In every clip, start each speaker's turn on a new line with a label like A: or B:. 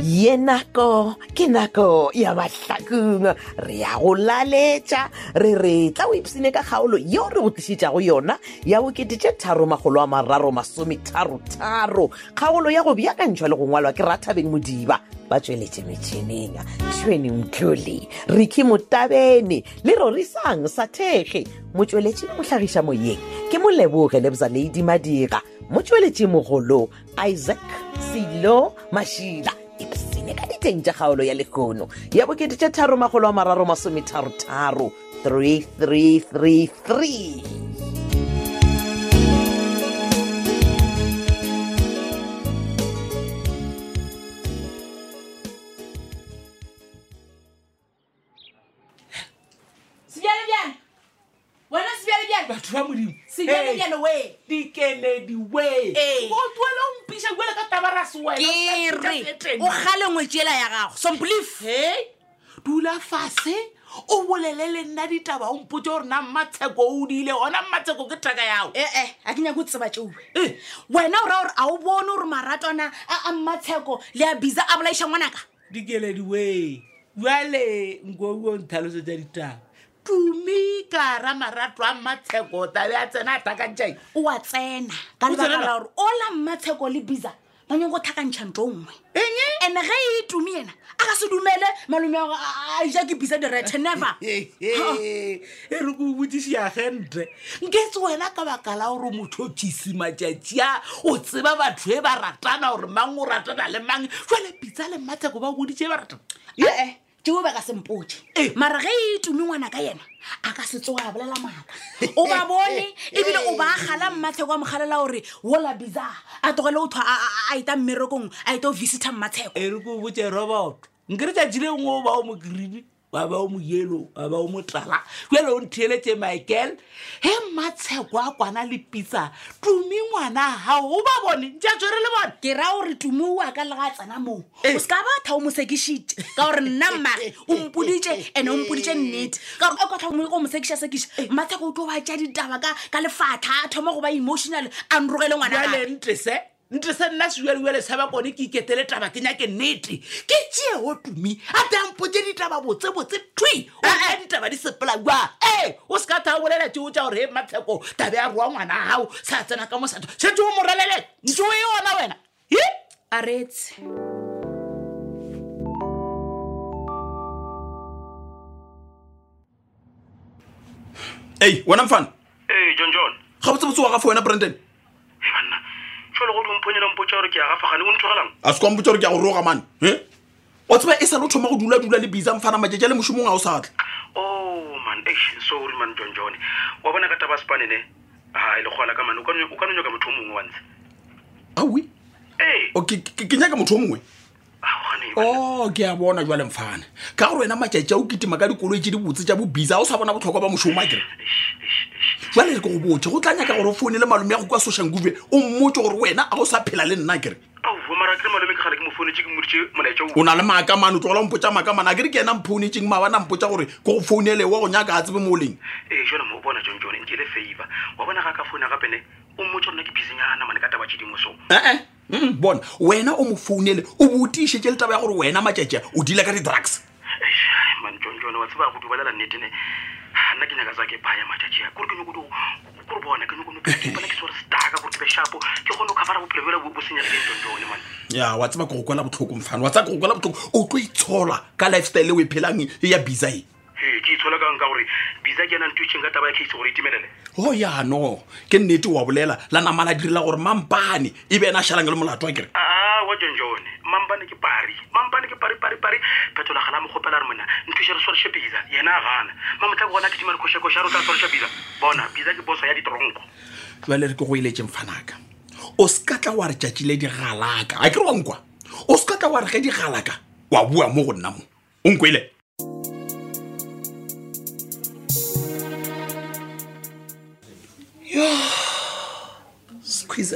A: ke nako ke nako ya mahlakong re ya go laletša re re tla o ipsene ka kgaolo yeo re go tlišitšago yona ya bokete tše tharo magolo a mararo masometharotaro kgaolo ya go beakantšhwa le go ngwalwa ke rathabeng modiba ba tsweletše metšhineng tšhweneng tlole riki motabene le rorisang sa thekge motsweletši le mohlagiša moyeng ke moleboge lebza leidimadiga motsweletši mogolo isaac selo mašila epsene ka diteng tša kgaolo ya lekono ya bokete tša tharo magolo a mararo masometharotaro 3333
B: sebjale bjale wena sebjale bjale
C: batho ba modimo
B: sebjale bjale we
C: dikeledi we
B: Ee.
C: o tuele o mpisa kuele ka tabarase
B: kere o gale ngwetsela ya gago somplief
C: he dula fase o bolele le nna ditaba o mpotse gore na mmatsheko o diile ona mmatsheko ke thaka yago
B: ee a ke nyako tseba tseo
C: Eh.
B: wena o raya gore a o bone gore maratwana a a mmatsheko le a bisa a bolaiša ngwanaka
C: dikeledi we jale nkoio nthaloso tsa ditaba tumi ka ra marato a mmatsheko tabe a tsena a thakantšai
B: o a tsena ka
C: O
B: lebaka
C: tsena
B: la
C: na?
B: gore ola mmatsheko le bisa ba nyako thakantšha nto nngwe
C: eng
B: and-e ge e tumi ena a ka se dumele malome ago a ja ke bisa direte never
C: e re ko botsiši agente nke se wena ka baka la gore motho o kisi matšatši a o tseba batho e ba ratana gore mang o ratana le mang jale pitsa le mmatsheko ba goditše ba ratana
B: ee teo ba ka sempotse
C: Eh.
B: mara ge e tume ngwana ka yena a ka se tsoga a bolela maaka o ba bone ebile o ba
C: Eh.
B: gala mmatsheko a mogalela gore wola bisa a tlogele o thwa a eta mmerekong a eta o visita mmatsheko
C: e re ko botse robot nke re tšatši le ngwe o ba o mo green wa ba o mo yelo wa ba o mo tala jale o ntheeletse michael he mmatsheko a kwana le pitsa tumi ngwana gao o ba bone ntša tshwere le bone
B: ke raya gore tumo o a ka le ga a tsena moo
C: Eh.
B: o se ka batha o mosekišitše ka gore nna mmage o mpoditše and-e o mpoditše nnete ka gore o ka tlhomo o mosekiša
C: Eh.
B: sekiša mmatsheko o tlo ba tja ditaba ka ka lefatha a thoma go ba emotional a nrogele ngwana gape.
C: jale ntese ntese nna sejualeuele sa bakone ke iketele taba ke nyake nnete ke tšeeo tumi a tampo tse ditaba botsebotse thui
D: Eh,
C: oa ditaba di sepela jwa ee o se ka tha bolela teo tja gore e matsheko tabe a roa ngwana gago sa tsena ka mosatho shetse o moralele ntse o e ona wena e
B: a retse
D: ei wena mfana
E: ee john john
D: ga botsebotse wa gafo wena branden
E: Hei, banna tsholo go di mphonyela mpotsa gore ke a gafagane o nthogelang
D: a se kwampotsa gore ke a go roga mane e o tseba e sa le o thoma go dula-dula le bisa mfana majeke le mošomong ga o sa tla
E: oh man eish, sorry man john john wa bona ka taba spane ne a e le gola ka mane o ka no- o ka no nyoka motho o mongwe wa ntshe
D: aoe
E: ee ah,
D: o ke ke- ke nyaka motho o mongwe
E: aogane
C: Oh.
D: o Oh, ke a bona jwale mfana ka gore wena majake a o kitima ka dikoloi tse di botse tja bo bisa a o sa bona botlhokwa ba mošomo a kere jale re ke go botse go tla nyaka gore o foune le malome ya go kwa sošangkube o mmotse gore wena a o sa phela le nna kere
E: ao mara ke le malome ke gale ke mo founetse ke moditse molaetsa
D: o na le maakamane o tlogela mpotsa maakamane a kere ke ena mphounetseng maabana mpotsa gore ke go founele wa go nyaka a tsebe mo o leng
E: ee jone mo o bona john john nke le favor wa bona ga ka founa gapene o mmotse rona ke bisenyana mane ka taba tse dingwe so
D: ee bona wena o mo founele o botišetse le taba ya gore wena matšatša o dila ka di-drugs
E: Eish, ai, man john john wa tseba go dubalela nnete ne Ah, nna ke nyaka tsa ke baya matšatši a kore ke nyako kore bona ke nyako nopana ke sore staka gore ke be shapo ke kgone go kgafara bophelo bela bo senyalekeng john john man
D: ya wa tseba ke go kwela botlhoko mfane wa tseba ke go kwela botlhoko o tlo itshola ka lifestyle o e phelang e ya bisa e
E: ee ke itshola kang ka gore bisa ke yanang tušeng ka taba ya case e gore itimelele
D: o ya no ke nnete wa bolela la nama la direla gore mampane e be ena a šhalang le molato a kere
E: aa wa john john mampane ke pari mampane ke pari pari pari phetola gala mogopela re mona e nthuše re swareše bisa yena a gana mamotla ke gona ke dimane košakoša re o tla swareša bisa bona bisa ke boso ya ditoronko
D: jale re ke go eletse mfanaka o seka tla wa re tšatši le digalaka a kere wa nkwa o seka tla wa re ge digalaka wa bua mo go nna mo o nkwele
F: squeeze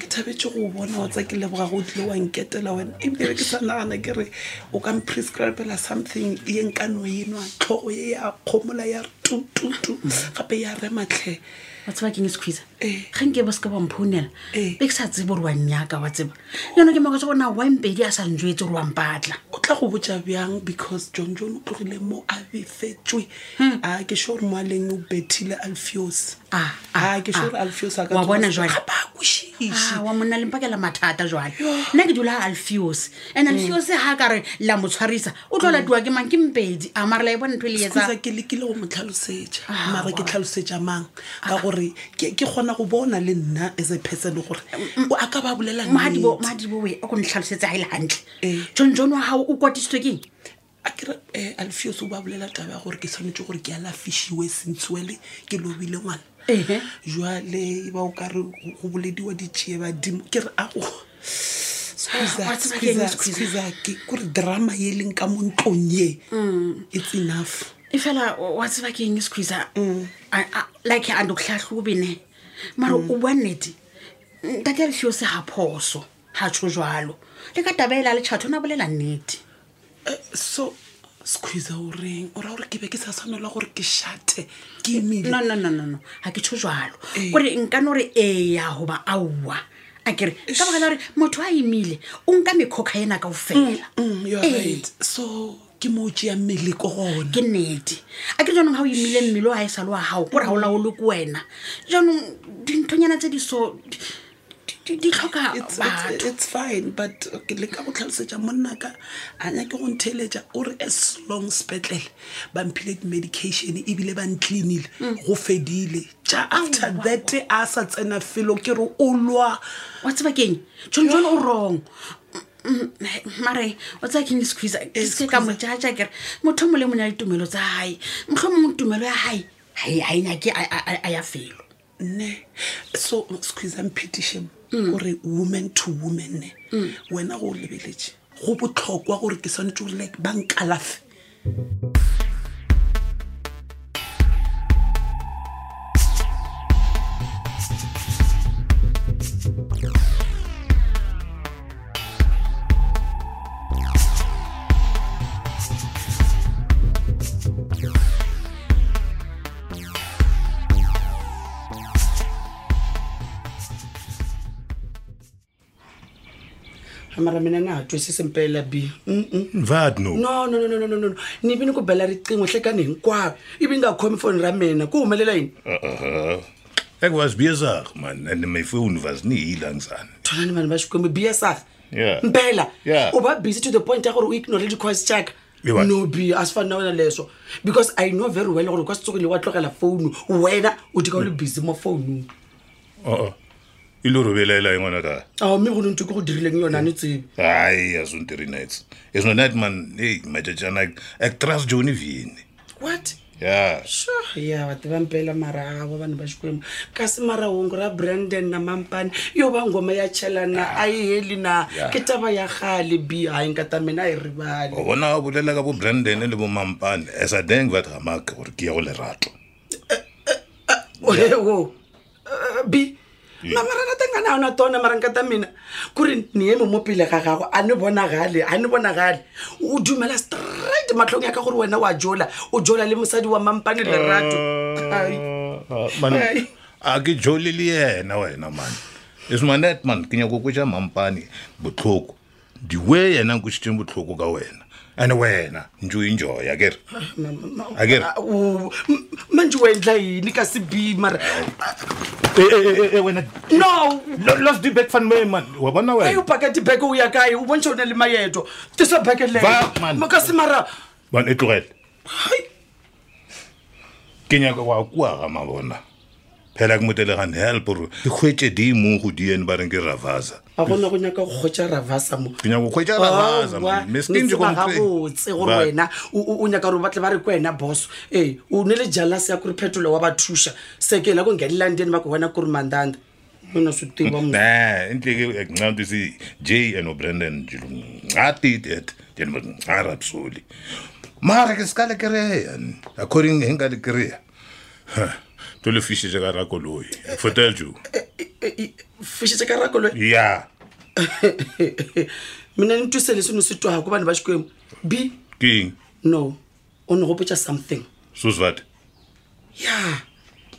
F: ke thabetse go o bona wa tsa ke leboga go tlile wa nketela wena ebile be ke sa nagana ke re o ka mprescribela something ye e nkano enwa tlhogo ye ya kgomola ya re tututu gape ya rematlhe
B: wa tseba keng squeeze
F: Eh.
B: ge nke ba seke ba mphounela
F: Eh.
B: be ke sa tsebe gore wa nnyaka wa tseba le yone ke maka tsa gona wampedi a sa njetse gore wampatla
F: o tla go botja bjang because john john o tlogile mo a befetswe
B: Hmm.
F: a ke sure mo a leng o bethile alfios
B: Ah, ah,
F: a ke sure
B: ah.
F: alfios a
B: Wa bona jwale?
F: ba kwešiše
B: Ah, wa monna lempakela mathata jale nna ke dula alfios and alfios ga ka re la mo tshwarisa o tlo latiwa ke mang ke mpedi a marela e bone ntho e le
F: kgotsa
B: etsa
F: ke lekile go mo tlhalosetša
B: Ah,
F: mara
B: wa-
F: ke tlhalosetša mang ka gore ke ke kgona go bona le nna as a person gore
B: Mm,
F: o a ka ba bolela
B: madibo
F: nnete.
B: madibo e o ko ntlhalosetse ga e le gantle
F: Eh.
B: john john wa gago o kwatisitswe keng
F: akere um alfios o ba bolela taba ya gore ke tshwanetse gore ke a lafišiwe sentswele ke lobile ngwana
B: Ehe.
F: jale ba o kare go- go bolediwa ditšee badimo ke re ao
B: Ah, wa tseba ke eng, Squeezer?
F: kore drama ye e leng ka mo ntlong ye
B: Mm.
F: it's enough
B: e fela o- wa tseba ke eng squeeza like mm, a ndo tlhatlhobene mara o bua nnete ntate alfio se ga phoso ga tsho jalo le ka taba ele a letšhatho o ne a bolela nnete
F: Eh, so squeeze o reng o raya gore ke be ke sa tshwanelwa gore ke shate ke
B: no
F: emile
B: no no no no ga ke tsho jalo
F: Eh.
B: kore nkane gore eya goba aowa a kere ka baka la gore motho a emile o nka mekgokga ena kao fela
F: Mm, you are
B: Ee,
F: right. so ke mo o tseang mmele ko gona
B: ke nnete a ke jaanong ga o emile mmele o ga e sa le wa gago kore ga o laolo ke wena jaanong dinthonyana tse di so di- di- di tlhoka
F: It's- it's
B: Ah, batho
F: it's fine but ke le ka go tlhalosetsa monnaka a nyake go ntheletša ore as long spetlele ba mphile di-medication ebile ba ncleanile go fedile ja after that a sa tsena felo ke re o lwa
B: wa tseba keng tsontsone o wrong Mm, mm, mare o tsaya keng squeeze ke se ka mo jaja kere motho o mole mo na le tumelo tsa gae motlho mongwe tumelo ya gae ga enyake a ya felo
F: ne so squeeze mphetišem gore woman to woman ne wena go o lebeletse go botlhokwa gore ke tshwanetse gore like bankalafe
C: amaramena nato sesempela b
G: mvadno
C: no no no no no no no ni vini ku bela riqingho hlekani hinkwavo ivi nga khomi foni ra mina ku humelela yini
G: Äh, ek was besig man en my phone was nie hier langs aan
C: tholani vanhu va xikwembu bsr
G: Yeah.
C: mpela
G: Yeah.
C: u va busy to the point ya gore o ignore di-quest chaka
G: Le what?
C: no b a swi fani na wena leswo because i know very well gore kwasitsukile wa tlogela founu wena o dika o le busy mo founung
G: oo ilo robelela engwana ka
C: a mme go nonto ke go dirileng yona a ne tsebe
G: hayi azontiri nights is no night man hey majatsana ek trust joni vini
C: what
G: ya
C: sure ya va tiva mpela mara ava vanhu va xikwembu kasi marahungu ra brandon na mampani yo va ngoma ya chelana a yi heli na
G: Yeah.
C: ke tava ya khale b hayi nkata mina a yi rivali
G: o bona o bolela ka bo branden le bo mampane as a deng vat gamaka gore ke ya go lerato
C: wo Eh, b
G: Yeah.
C: mamarana tanga na ona tona maranka ta mina ku ri ni eme mo pele ga gago a ni bonagale a ni bonagale o dumela straight matlhong ya ka gore wena wa jola o jola le mosadi wa mampane lerato
G: Uh.
C: Ai.
G: man
C: Ai.
G: a ke jole le yena wena man is my net man ke nyako kwetša mampane botlhoko the way yena nkwešitseng botlhoko ka wena and wena njo enjoy akere
C: Ah,
G: akere
C: O- m- manje o endla yini kasi b mara
G: Eh, wena
C: no
G: lost the back fan me man wa bona
C: ai o
G: wena
C: paka dibeke o ya kae o bontšha o na le maeto tisa beke
G: Va, man.
C: lekasi mara
G: man e tlogele
C: Ai.
G: ke nyaka wa kua ga mabona phela ke motelegane help ore ke kgwetse dimo go diene ba reng ke ravasa
C: a gona go nyaka go kgotsa ravasa mo
G: ke nyako kgwetsa
C: Oh, gabotse gore wena o- o o nyaka gore o batle ba re ko wena boso ee o ne le jalase ya kore phetolo wa ba thuša sekela ko ngenelangdeni ba ko wena kore mandanda ona se teba mo
G: entleke ncanto ise j and obrandon jelo ncatetet jeno ncarapsoli mara ke se ka lekereya according he nka lekereya to le fišitše ka rakoloi foteljo
C: fišitse ka rakolo
G: ya
C: mina ne tuse leswi ne swi twaga ko vanhu va xikwembu b
G: keng
C: no o ne gopotsa something
G: sosvate
C: ya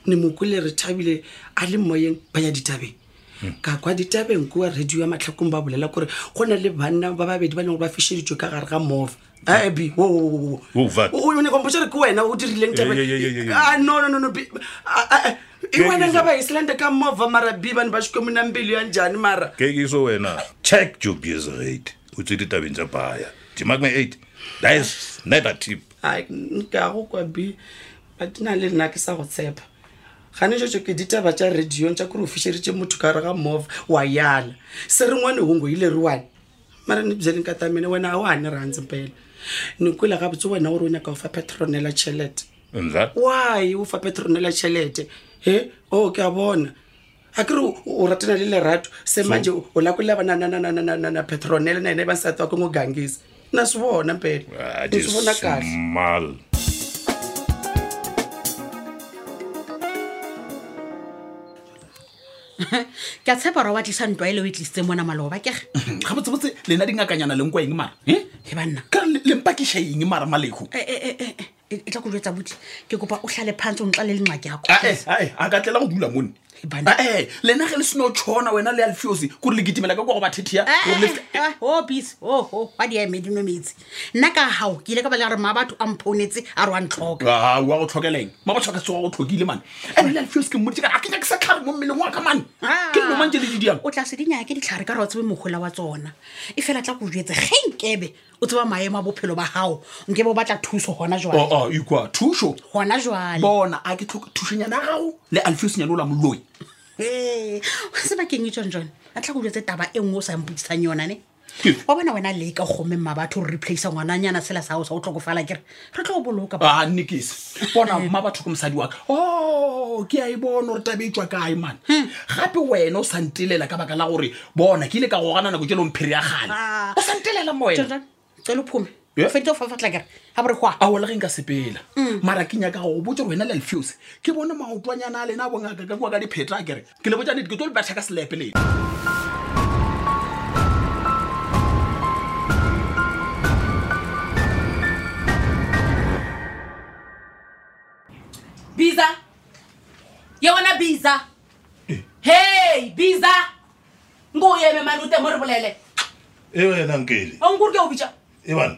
F: ne mokole re thabile a le moyeng ba ya ditabeng
G: Hmm.
F: ka kwa ditabeng kua radio ya matlhakong ba bolela kore go na le banna ba babedi ba leng gore ba fišeditswe ka gare ga mofa abi
G: Wo, what?
F: one kompotse re ke wena o dirileng
G: Eh, eh, eh, eh, eh, eh.
F: Ah, no no no no bi- ah, ah, ah. e
G: Ke-
F: wena
G: ke-
F: nga ba iselande ka mova mara bi bane ba sike monambelo ya njani mara
G: ke ke so wena check job years rate o tse ditabeng tsa baya dimakme eight that is never tip
F: ai ka go kwa bi but na le nna ke sa go tshepa gane tšotso ke ditaba tša radiong tša kore o fišeditše motho ka gare ga mova wa yala se rengwane hongo ile re wane mara ne bjeleng ka tamene wena a o ane rantse pele ne kwele gabotse wena gore o nyaka go fa petronela tšhelete
G: nza
F: why o fa petronela tšhelete he o ke a bona a kere o- o ratana le lerato se manje o o lakolela banananananana petronela na ene ba sata wa ke ngo gangisa na swi vona mpela ni swi vona kahle
G: small
B: ke a tshepa gore wa tlisa ntwa e le o e tlisitse mona maloba kege
C: ga botsebotse lena dingakanyana le nkwa eng mara
B: e banna
C: ka lempakiša eng mara maleko
B: Eh, eh, eh, eh, eh, e tla ko jetsa bodi ke kopa o tlhale phantse o ntla le lenxaki yako
F: e,
C: ae ae, a ka tlela go dula mone
B: Ebane.
C: ae lena ge le seno tšhona wena le alfiosi kore le kitimela ka kwa go bathetia
B: Eh, o bis oo wa diemedino metsi nna ka gao ke ile ka bale gare maa batho a mponetse a re wa ntlhoka
C: Ah, wa go tlhokeleng ma go tlhoka sewa go tlhokile mane ande le alfiosi ke mmoditse kare a ke nyake sa tlhare mo mmeleng wa ka mane ke lelo mantse le didiang
B: Ah, o tla se dinyake ditlhare ka re wa tsebe mogola wa tsona e fela tla ko jetse ge nkebe o tseba maemo a bophelo ba gago nkebe o batla thuso gona jwale
C: oo Ah, ikwa thuso
B: gona jwale
C: bona a ke tlhoka thušonyana ya gago le alfiosinyane o la moloi
B: Ee, sebakeng e tsone jone a tla go jetse taba e nngwe o sa mpotsisang yonane
C: Ke?
B: wa bona wena leka gomme mma batho o replace ngwananyana sela sa o sa o tlhokofala kere re tlo go boloka
C: a nnekese bona mma batho ko mosadi waka o ke a e bona gore tabe e tswa kae mane gape wena o santelela ka baka la gore bona ke ile ka gogana nako ke lomphiri ya gale
B: Ah.
C: o santelela mo wena
B: Jordan, tswele phome
C: Yeah.
B: o feditse go fafatla kere ga bore gwa
C: a o le ge nka sepela mara ke nyaka go botse gore wena le alfiose ke bone maotwanyana a lena a bongaka ka kua ka dipheta a kere ke le botsa nete ke tlo le batšha ka selepe lena
B: biza ye wona biza hei biza nko o eme mane o teng mo re bolele
G: e wena nkele
B: onkore ke o bitsa
G: e bana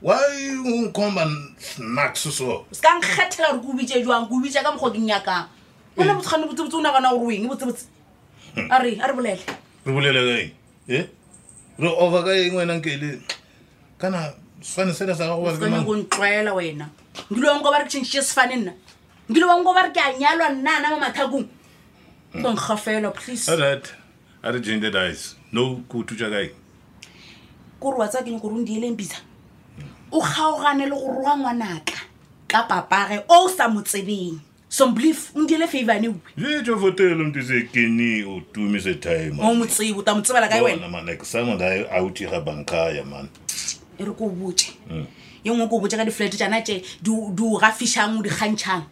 G: why o nkomba snacks so
B: se ka nkgethela gore ke o bitse jwang ke o bitsa ka mokgwa ke nyakang ona botshwane botsebotse o nagana gore o eng botsebotse a re a re bolele
G: re bolela ka eng e re over ka eng wena nkele kana sefane sena sa gago ba
B: ka nyako ntlwaela wena nkile wanko ba re ke tšhentšhitše sefane nna nkile wanko ba re ke a nyalwa nna ana mo mathakong ko nkgafela please
G: alright a re change the dice no ke o thuša ka eng
B: kore wa tsakeng gore o ndieleng bisa o kgaogane le go roa ngwanaka ka papage o o sa mo tsebeng sombelief o ndiele e favane uwe
G: jetso fotelo mntisekeni o tumise time
B: o mo tsebe o ta mo tsebela kae wena
G: bona mane someone a a o tiga bankaya man
B: e re ko o botse ye ngwe ko o botse ka di-flat tjana tse di o di o gafišang o di kgantšhang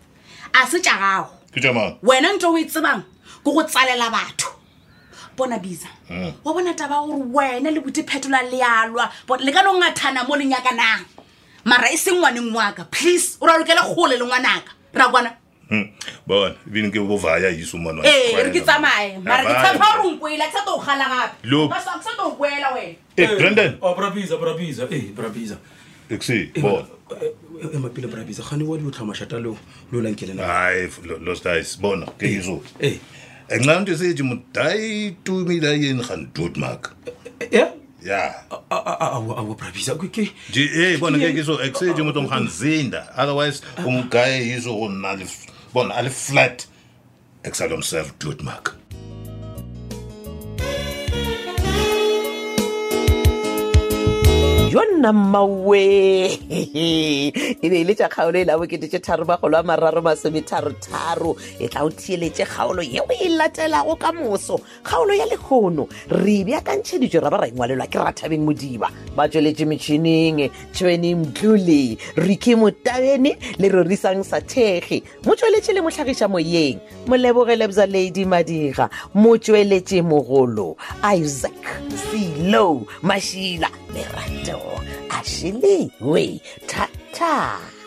B: a se tja gago
G: ke jamang
B: wena ntse o e tsebang ke go tsalela batho bona bisa wa bona taba ya gore wena le botephetola lealwa bo- le ka no ngathana mo lenyakanang mara e seng ngwaneng waka please o ra lokele gole le ngwanaka ra kwana
G: bona ebine Hmm. Bon, ke bovaya yiso mane
B: ee e re ke tsamaye mara ke tshepa gore nkoela ke sa to gala gape
G: Look.
B: Ka sa- ke sa to boela wena
G: e branden
H: Oh, brabisa brabisa e brabisa
G: ekse bona
H: emapile brabisa gane wa diotlhamashata leo le o lankelena
G: hayi lost eyes bona ke yiso
H: e
G: enxa nto sethi mudayi tumile ayeni rhandut mark ya
H: awa brabisa ke- ke-
G: nje ey bona ke yiso eksethi mutu mrhanzinda otherwise umgaye yiso kona bona aliflat eksalomself dut mark
A: yonna mmawe e be e le tša kgaolo e laboketee tharo magolo a mararo masometharotharo e tla o thieletše kgaolo yeo e latelago ka moso kgaolo ya lekgono re beakantšheditšo ra ba ra engwalelwa ke rathabeng modiba ba tsweletše metšhineng tšhweni mtlole riki motabene le rorisang sa thege motsweletše le motlhagiša moyeng molebogele bja ladi madiga motsweletše mogolo isaac selo mašila lerato a šelewe thata